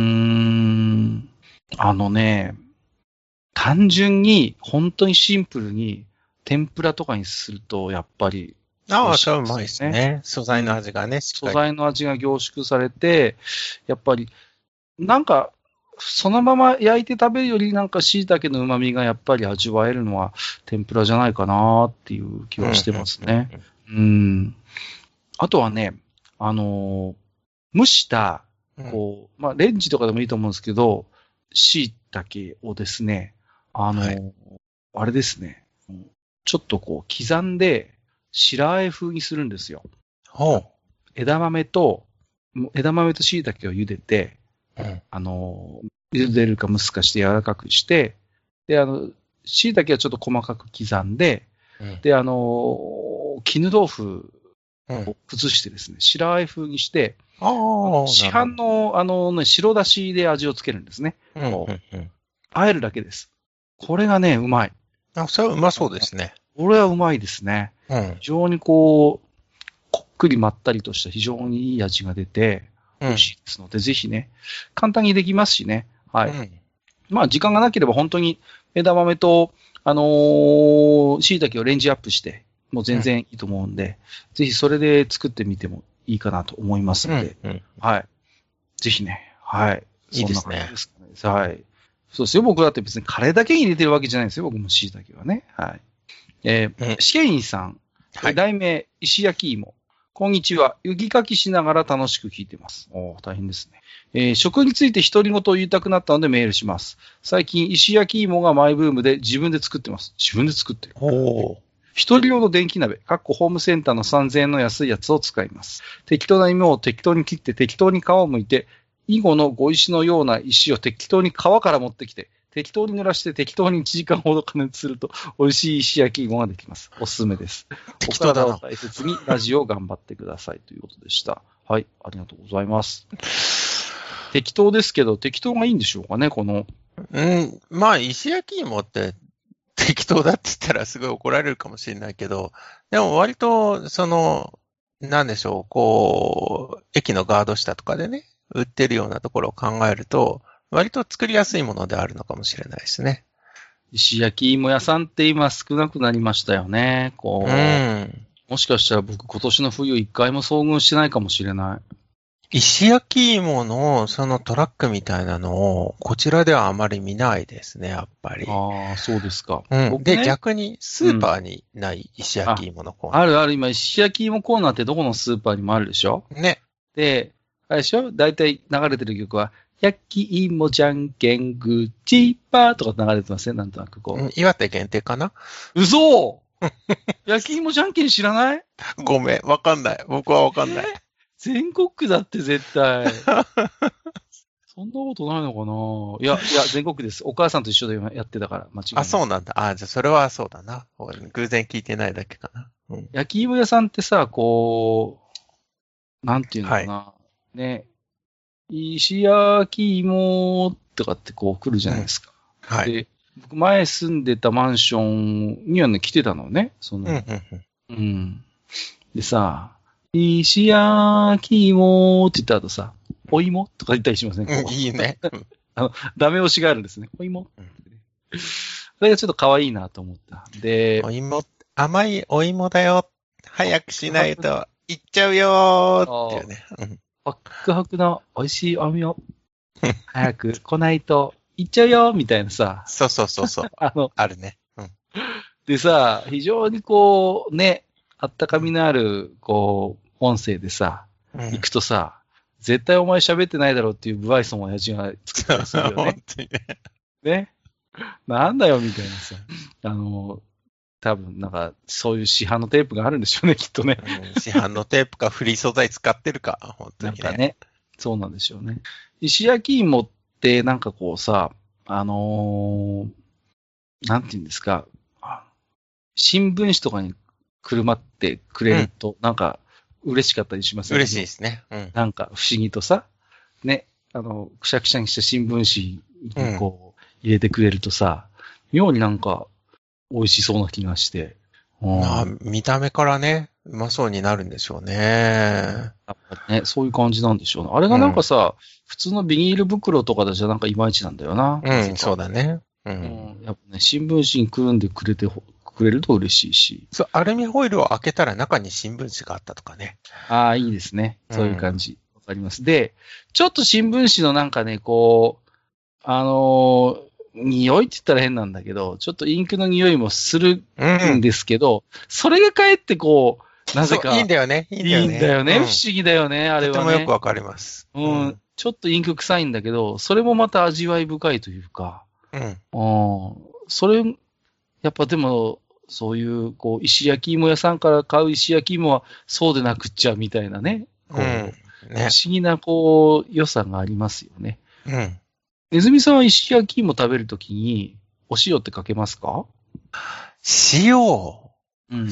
A: ん、あのね、単純に、本当にシンプルに、天ぷらとかにすると、やっぱり、
B: ああ、それはうまいですね。素材の味がね、しっ
A: 素
B: かり。
A: 材の味が凝縮されて、やっぱり、なんか、そのまま焼いて食べるより、なんか椎茸の旨味がやっぱり味わえるのは天ぷらじゃないかなっていう気はしてますね。
B: うんうんうんうん。
A: うん。あとはね、あのー蒸した、こう、まあ、レンジとかでもいいと思うんですけど、椎茸をですね、あのー
B: は
A: あれですね、ちょっとこう、刻んで、白和え風にするんですよ。
B: ほう。
A: 枝豆と、もう枝豆と椎茸を茹でて、
B: うん。
A: あの、茹でるか蒸すかして柔らかくして、で、あの、椎茸はちょっと細かく刻んで、
B: うん
A: で、あの、絹豆腐
B: うん
A: を崩してですね、白あえ風にして、
B: ああ、
A: 市販の、あのね、白だしで味をつけるんですね。
B: なるほど。うんうんうん。
A: 和えるだけです。これがね、うまい。
B: あ、それはうまそうですね。
A: これはうまいですね。
B: うん
A: 非。常にこう、こっくりまったりとした非常にいい味が出て、美
B: う
A: 味しいですので、ぜひね、簡単にできますしね。はい。
B: ん。
A: まあ、時間がなければ本当に枝豆と、あのー、椎茸をレンジアップして、もう全然いいと思うんで、ぜひそれで作ってみてもいいかなと思います
B: う
A: ので、
B: ん。うん。
A: はい。ぜひね、はい。
B: いいで
A: そ
B: すね
A: んな感じかねはい。そうですよ。僕だって別にカレーだけに入れてるわけじゃないんですよ。僕も椎茸はね。はい。えー
B: うん
A: 試験員さん、
B: はい。
A: 題名、石焼き芋。こんにちは。雪かきしながら楽しく聞いてます。おー大変ですね。えー食について独り言を言いたくなったのでメールします。最近、石焼き芋がマイブームで自分で作ってます。自分で作ってる。
B: おー
A: 一人用の電気鍋、かっこホームセンターの3000円の安いやつを使います。適当な芋を適当に切って適当に皮を剥いて、囲碁の碁石のような石を適当に皮から持ってきて、適当に濡らして適当に1時間ほど加熱すると美味しい石焼き芋ができます。おすすめです。
B: 適当だ
A: お
B: な
A: 体を大切にラジオを頑張ってくださいということでした。はい、ありがとうございます。適当ですけど、適当がいいんでしょうかね、この。
B: うん。まあ、石焼き芋って適当だって言ったらすごい怒られるかもしれないけど、でも割と、その、なんでしょう、こう、駅のガード下とかでね、売ってるようなところを考えると、割と作りやすいものであるのかもしれないですね。
A: 石焼き芋屋さんって今少なくなりましたよね。こ
B: う
A: う、
B: ん。
A: もしかしたら僕今年の冬一回も遭遇してないかもしれない。
B: 石焼き芋のそのトラックみたいなのを、こちらではあまり見ないですね、やっぱり。
A: ああ、そうですか。
B: うん。
A: 僕
B: で、
A: ね、
B: 逆にスーパーにない石焼き芋のコーナ
A: あるある今石焼き芋コーナーってどこのスーパーにもあるでしょ
B: ー。ね。
A: で、あれでしょ大体流れてる曲は、焼き芋じゃんけんぐちぱーとか流れてますね、なんとなくこう。
B: うん岩手限定かな
A: 嘘 [laughs] 焼き芋じゃんけん知らない
B: ごめん、わかんない。僕はわかんない。
A: 全国区だって絶
B: [laughs]
A: 対。そんなことないのかないや、いや、全国区です。お母さんと一緒でやってたから、間違いない。
B: あ、そうなんだ。あ、じゃあそれはそうだな。偶然聞いてないだけかな。うん。
A: 焼き芋屋さんってさ、こう、なんていうのかな。ね。石焼き芋とかってこう来るじゃないですか。
B: はい。
A: で、僕前住んでたマンションにはね、来てたのね。そ
B: うん、う
A: の、
B: ん、うん。
A: うん、でさ、石焼き芋って言った後さ、お芋とか言ったりしません、
B: う
A: こ
B: ん
A: う
B: いいね。うん
A: ダメ押しがあるんですね。お芋ってね。それがちょっと可愛いなと思った。で、
B: お芋、甘いお芋だよ。早くしないと、いっちゃうよーっていうね。うん
A: パックハクの美味しいおみを、
B: [laughs]
A: 早く来ないと行っちゃうよ、みたいなさ、
B: そうそうそうそう。
A: [laughs] あの、
B: あるね。うん。
A: でさ、非常にこう、ね、あったかみのある、こう、音声でさ、
B: うん
A: 行くとさ、絶対お前喋ってないだろうっていう不愛想の親父が作ったりするよ
B: [laughs]
A: ね
B: 本。当にね。
A: ね。なんだよ、みたいなさ。あの、多分なんか、そういう市販のテープがあるんでしょうね、 [laughs] きっとね。
B: うん市販のテープかフリー素材使ってるか。本当
A: なん
B: に
A: か
B: ね。
A: ね、そうなんですよね。石焼き芋ってなんかこうさ、あのーなんて言うんですか、あ新聞紙とかにくるまってくれると、なんか嬉しかったりしますよね。
B: 嬉しいですね。うん。
A: なんか不思議とさ、ね、あの、くしゃくしゃにした新聞紙にこう入れてくれるとさ、妙になんか美味しそうな気がして。うん
B: まあ、見た目からね、うまそうになるんでしょうね。
A: やっぱね、そういう感じなんでしょうね。あれがなんかさ、普通のビニール袋とかだじゃなんかいまいちなんだよな。
B: うん、そうだね。う。
A: うんん。やっぱね、新聞紙にくるんでくれてほ、くれると嬉しいし。
B: そう、アルミホイルを開けたら中に新聞紙があったとかね。
A: ああ、いいですね。そういう感じ。わ、かります。で、ちょっと新聞紙のなんかね、こう、あのー匂いって言ったら変なんだけど、ちょっとインクの匂いもする
B: うんん。
A: ですけど、それがかえってこう、なぜ
B: そう
A: か、
B: いいんだよね。いいんだよ
A: いい
B: ね。
A: んだよね。
B: う
A: 不
B: ん
A: 思議だよね、あれ
B: とて
A: は
B: も
A: ね。
B: よくわかります。
A: うん。。ちょっとインク臭いんだけど、それもまた味わい深いというか、
B: うん。
A: うん。それ、やっぱでも、そういう、こう、石焼き芋屋さんから買う石焼き芋は、そうでなくっちゃ、みたいなね。こ
B: うん。ね。
A: 不思議な、こう、良さがありますよね。
B: うん。
A: ネズミさんは石焼き芋食べるときに、お塩ってかけますか
B: 塩、
A: うん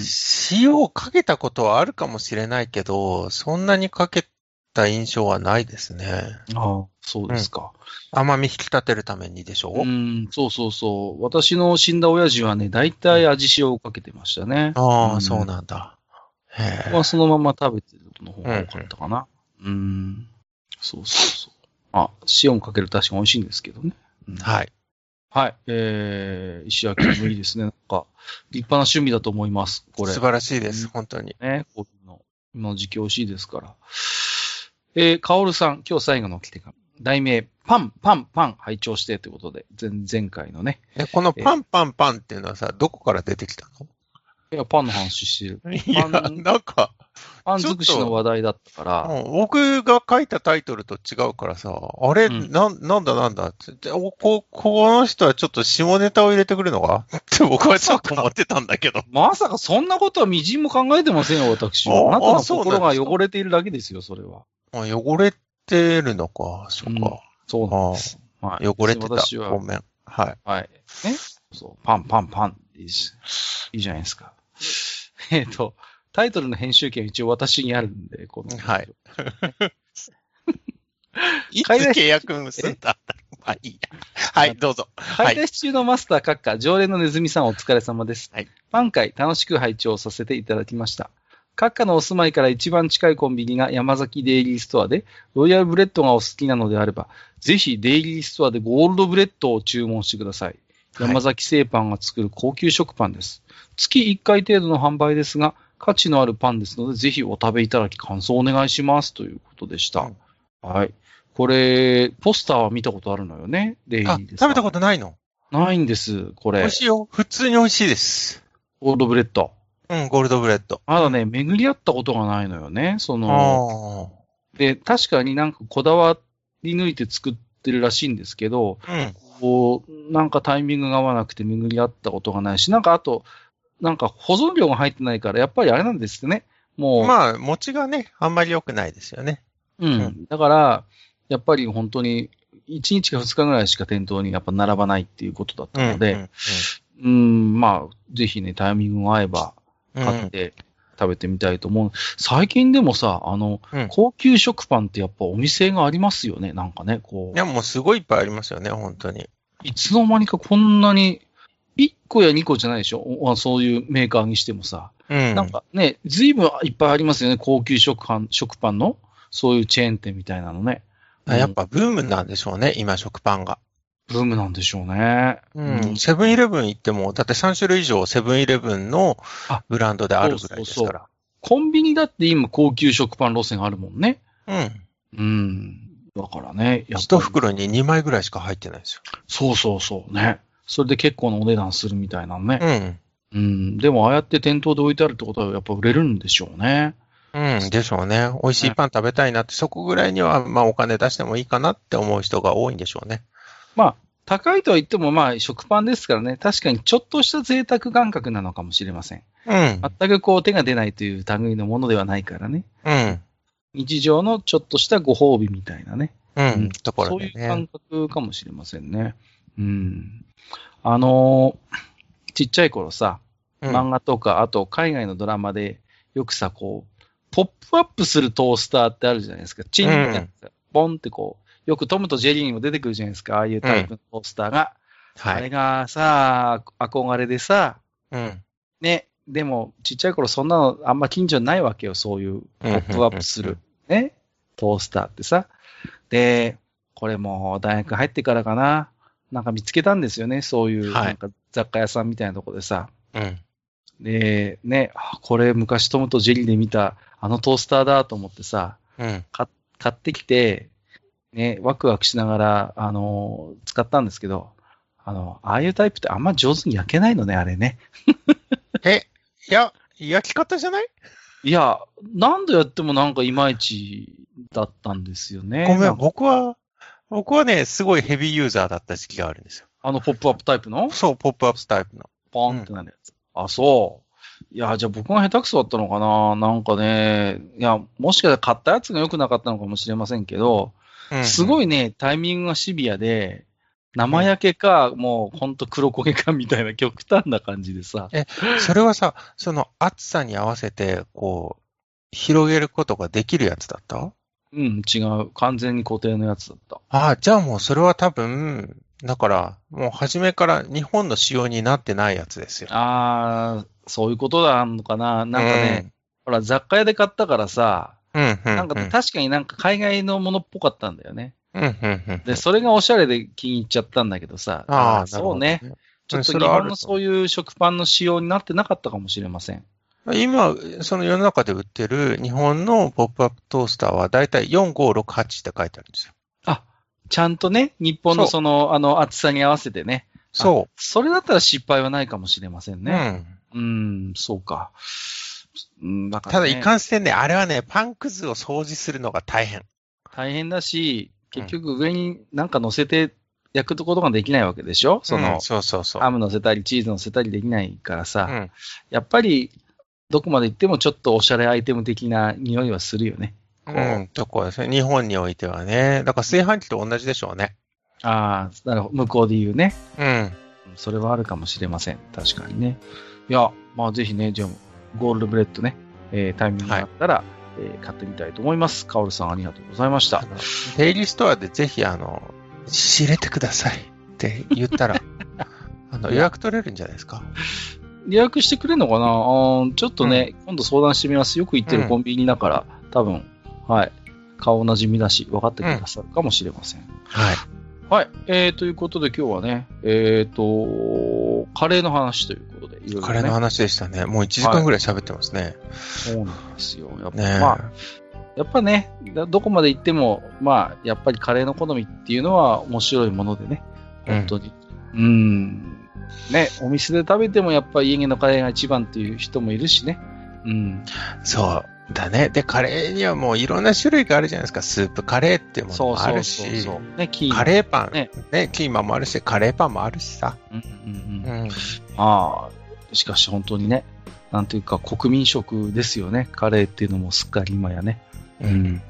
B: 塩をかけたことはあるかもしれないけど、そんなにかけた印象はないですね。
A: ああ、そうですか。
B: 甘み引き立てるためにでしょう、
A: うん、そうそうそう。私の死んだ親父はね、大体味塩をかけてましたね。
B: ああ、
A: うん
B: そうなんだ。へえ。
A: まあ、そのまま食べてることの方が多かったかな。うん、そうそうそう。あ、塩をかけると確かに美味しいんですけどね。うん
B: はい。
A: はい。えー、石焼きもいいですね。なんか、立派な趣味だと思います。これ。
B: 素晴らしいです、
A: うん
B: 本当に。
A: ね、こういうの。今の時期惜しいですから。えー、カオルさん、今日最後の置き手紙。題名、パン、パン、パン、拝聴してということで、前前回のね。
B: え、このパンパンパンっていうのはさ、どこから出てきた
A: いや、パンの話してる。
B: のい
A: や
B: や、なんか、
A: パン尽くしの話題だったから、
B: うん僕が書いたタイトルと違うからさ、あれ、
A: うん
B: な、なんだなんだっておこ、この人はちょっと下ネタを入れてくるのかって [laughs] 僕はちょっと思ってたんだけ [laughs] ど。
A: まさかそんなことはみじんも考えてませんよ、私は。
B: あ
A: あなたの
B: そうなんで
A: 心
B: すか
A: が汚れているだけですよ、それは。
B: あ汚れてるのか、そっか。
A: そうなんです。はい
B: 汚れてた。
A: 私は
B: ご、めん。はい。
A: はい。ねそう、パンパンパンいいしいいじゃないですか。えっ、と、タイトルの編集権一応私にあるんで、この。
B: はい。 [laughs] いつ
A: 買い出し
B: 契約結んだんだろう [laughs] まあいいや。はい、どうぞ。
A: 買い出し中のマスター閣下、常連のネズミさんお疲れ様です。
B: はい
A: パン会、楽しく拝聴させていただきました。閣下のお住まいから一番近いコンビニが山崎デイリーストアで、ロイヤルブレッドがお好きなのであれば、ぜひデイリーストアでゴールドブレッドを注文してください。
B: はい
A: 山崎製パンが作る高級食パンです。月1回程度の販売ですが、価値のあるパンですので、ぜひお食べいただき感想をお願いしますということでした。はい。これ、ポスターは見たことあるのよね、デイリ
B: あ
A: ー、です。
B: 食べたことないの
A: ないんです、こ
B: 美
A: れ
B: 味。しいよ。普通に美味しいです。
A: ゴールドブレッド。
B: うん、ゴールドブレッド。
A: まだね、巡り合ったことがないのよね。その、
B: あ
A: で、確かになんかこだわり抜いて作ってるらしいんですけど、
B: あ。うん。
A: こう、なんかタイミングが合わなくて巡り合ったことがないし、なんかあと、なんか保存量が入ってないから、やっぱりあれなんですね。もう、
B: まあ、餅がね、あんまり良くないですよね。
A: う。
B: うん
A: だから、やっぱり本当に、1日か2日ぐらいしか店頭にやっぱ並ばないっていうことだったので、うん、
B: ん
A: まあ、ぜひね、タイミングが合えば、
B: うん
A: 買って食べてみたいと思う。最近でもさ、あの、
B: うん
A: 高級食パンってやっぱお店がありますよね、なんかね、こ
B: いうや、。もうすごいいっぱいありますよね、本当に。
A: いつの間にかこんなに、1個や2個じゃないでしょおそういうメーカーにしてもさ。
B: うん。
A: なんかね、ずいぶんいっぱいありますよね、高級食パン、食パンの、そういうチェーン店みたいなのね。
B: あやっぱブームなんでしょうね、今食パンが。
A: ブームなんでしょうね。
B: うん。セブンイレブン行っても、だって3種類以上セブンイレブンの
A: あ
B: ブランドであるぐらいですから。
A: コンビニだって今高級食パン路線あるもんね。
B: うん。
A: うん。だからね、やっぱ
B: 一
A: り
B: 袋に2枚ぐらいしか入ってないです
A: そうそうそうね。それで結構なお値段するみたいなのね。
B: よ。うん。
A: うん、でもああやって店頭で置いてあるってことはやっぱ売れるんでしょうね。
B: うん、でしょうね。美味しいパン食べたいなって、そこぐらいには、まあお金出してもいいかなって思う人が多いんでしょうね。
A: 高いとは言ってもまあ食パンですからね、確かにちょっとした贅沢感覚なのかもしれません。
B: うん。
A: 全くこう手が出ないという類のものではないからね。
B: うん。
A: 日常のちょっとしたご褒美みたいなね。
B: うん。とこ
A: そ
B: ろ
A: う
B: で
A: いう
B: ね。
A: 感覚かもしれませんね。うん。あのーちっちゃい頃さ、
B: うん
A: 漫画とか、あと海外のドラマで、よくさ、こう、ポップアップするトースターってあるじゃないですか。チンってやつ、ボンってこう、よくトムとジェリーにも出てくるじゃないですか。ああいうタイプのトースターが。あ
B: は
A: れ
B: い。
A: がさ、憧れでさ、
B: うん。
A: ね、でも、ちっちゃい頃そんなのあんま近所にないわけよ。そういうポ
B: ポ
A: ップアップする。、ね、トースターってさ。で、これも大学入ってからかな。なんか見つけたんですよね。そういう、
B: はい
A: なんか雑貨屋さんみたいなとこでさ。
B: うん。
A: で、ね、あこれ昔トムとジェリーで見たあのトースターだと思ってさ、
B: うん。
A: 買ってきて、ね、ワクワクしながら、あのー使ったんですけど、あの、ああいうタイプってあんま上手に焼けないのね、あれね。
B: え、いや、焼き方じゃない
A: いや、何度やってもなんかいまいちだったんですよね。
B: ごめ、
A: なんか
B: 僕は、僕はね、すごいヘビーユーザーだった時期があるんですよ。
A: あのポップアップタイプの
B: そう、ポップアップタイプの。
A: ポンってなるやつ。あ、そう。いや、じゃあ僕が下手くそだったのかななんかね、いや、もしかしたら買ったやつが良くなかったのかもしれませんけど、す
B: い。
A: ごいね、タイミングがシビアで、生焼けか、もうほんと黒焦げかみたいな極端な感じでさ。
B: それはさ、その暑さに合わせて、こう、広げることができるやつだった
A: うん、違う。完全に固定のやつだった。
B: ああ、じゃあもうそれは多分、だから、もう初めから日本の仕様になってないやつですよ。
A: あー、そういうことなのかななんかね、ほら、雑貨屋で買ったからさ、
B: うん、うん、うん。
A: なんか確かになんか海外のものっぽかったんだよね。
B: うん、うん、うん。
A: で、それがおしゃれで気に入っちゃったんだけどさ。
B: ああ、なる
A: そ
B: ほ
A: う
B: ど
A: ね。。ちょっと日本のそういう食パンの仕様になってなかったかもしれません。
B: 今、その世の中で売ってる日本のポップアップトースターはだいたい4568って書いてあるんですよ。
A: ちゃんとね、日本の
B: そ
A: その、あの、厚さに合わせてね。
B: そ
A: それだったら失敗はないかもしれません
B: う。
A: ね。
B: うん。
A: うん、そうか。うん、だから
B: ただ
A: ね、
B: いかんせんね、あれはね、パンくずを掃除するのが大変。
A: 大変だし、結局上になんか乗せて焼くことができないわけでしょその、
B: うんそうそうそう。
A: ハム乗せたり、チーズ乗せたりできないからさ。
B: うん。
A: やっぱり、どこまで行ってもちょっとおしゃれアイテム的な匂いはするよね。こう
B: うん、とこですね。日本においてはね。だから炊飯器と同じでしょうね。
A: ああ、なるほど。向こうで言うね。
B: うん。
A: それはあるかもしれません。確かにね。いや、まあぜひね、じゃあ、ゴールドブレッドね、えータイミングがあったら、えー買ってみたいと思います。カオルさんありがとうございました
B: あ。のデイリーストアでぜひ、あの、仕入れてくださいって言った
A: [laughs]
B: ら、あの予約取れるんじゃないですか。
A: 予約してくれるのかなあーちょっとね、今度相談してみます。よく行ってるコンビニだから、多分、はい。顔なじみだし、分かってくださるかもしれません。
B: はい。
A: はい、えー、ということで今日はね、えっ、と、カレーの話ということで、いろいろ、ね。
B: カレーの話でしたね。もう1時間ぐらい喋ってますね。
A: そうなんですよ。やっぱ,、
B: ね
A: まあ、やっぱね、だどこまで行っても、まあ、やっぱりカレーの好みっていうのは面白いものでね、本当に。うん、ね、お店で食べてもやっぱり家のカレーが一番っていう人もいるしね。うん、
B: そうだね。で、カレーにはもういろんな種類があるじゃないですか。スープカレーっていうもの
A: そう
B: もあ
A: そう
B: る
A: そ
B: し、
A: うそう。ね、キーマン
B: カレーパン、
A: ね
B: ねキーマもあるし、カレーパンもあるしさ。
A: うんうんうん。
B: ん。
A: まあ、しかし本当にね、なんというか国民食ですよね。カレーっていうのもすっかり今やね。
B: うん。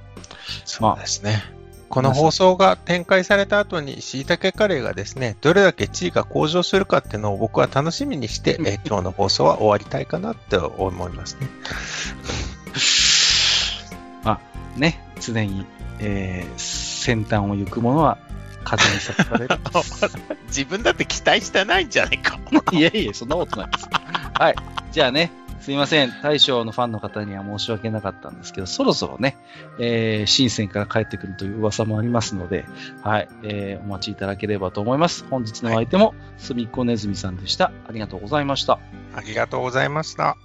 B: そうですね。この放送が展開された後に、椎茸カレーがですね、どれだけ地位が向上するかっていうのを僕は楽しみにして、えー今日の放送は終わりたいかなって思いますね。
A: [laughs] ね、常に、えー先端を行くものは風に刺される。 [laughs]
B: 自分だって期待してないんじゃないか。
A: いやいや、そんなことないです。 [laughs] はい。じゃあね、すいません。大将のファンの方には申し訳なかったんですけど、そろそろね、えー、深センから帰ってくるという噂もありますので、はい、えー、お待ちいただければと思います。本日のお相手も、すみっこねずみさんでした。ありがとうございました。
B: ありがとうございました。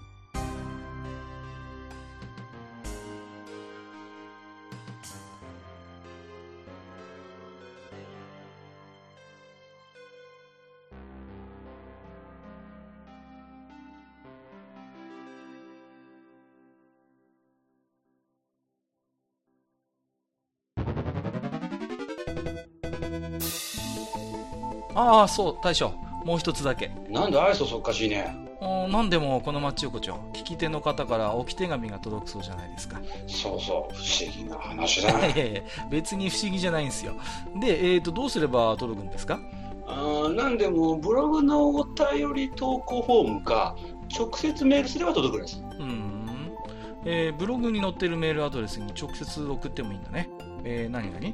C: ああそう大将もう一つだけ
D: なんで愛想そっかしいね
C: うん何でもこの町横丁聞き手の方から置き手紙が届くそうじゃないですかい
D: そうそう不思議な話だ
C: やいやいや別に不思議じゃないんですよで、えー、とどうすれば届くんですか
D: [laughs] あーなんでもブログのお便り投稿フォームか直接メールすれば届くんです
C: うーん、えーブログに載ってるメールアドレスに直接送ってもいいんだねえー、何何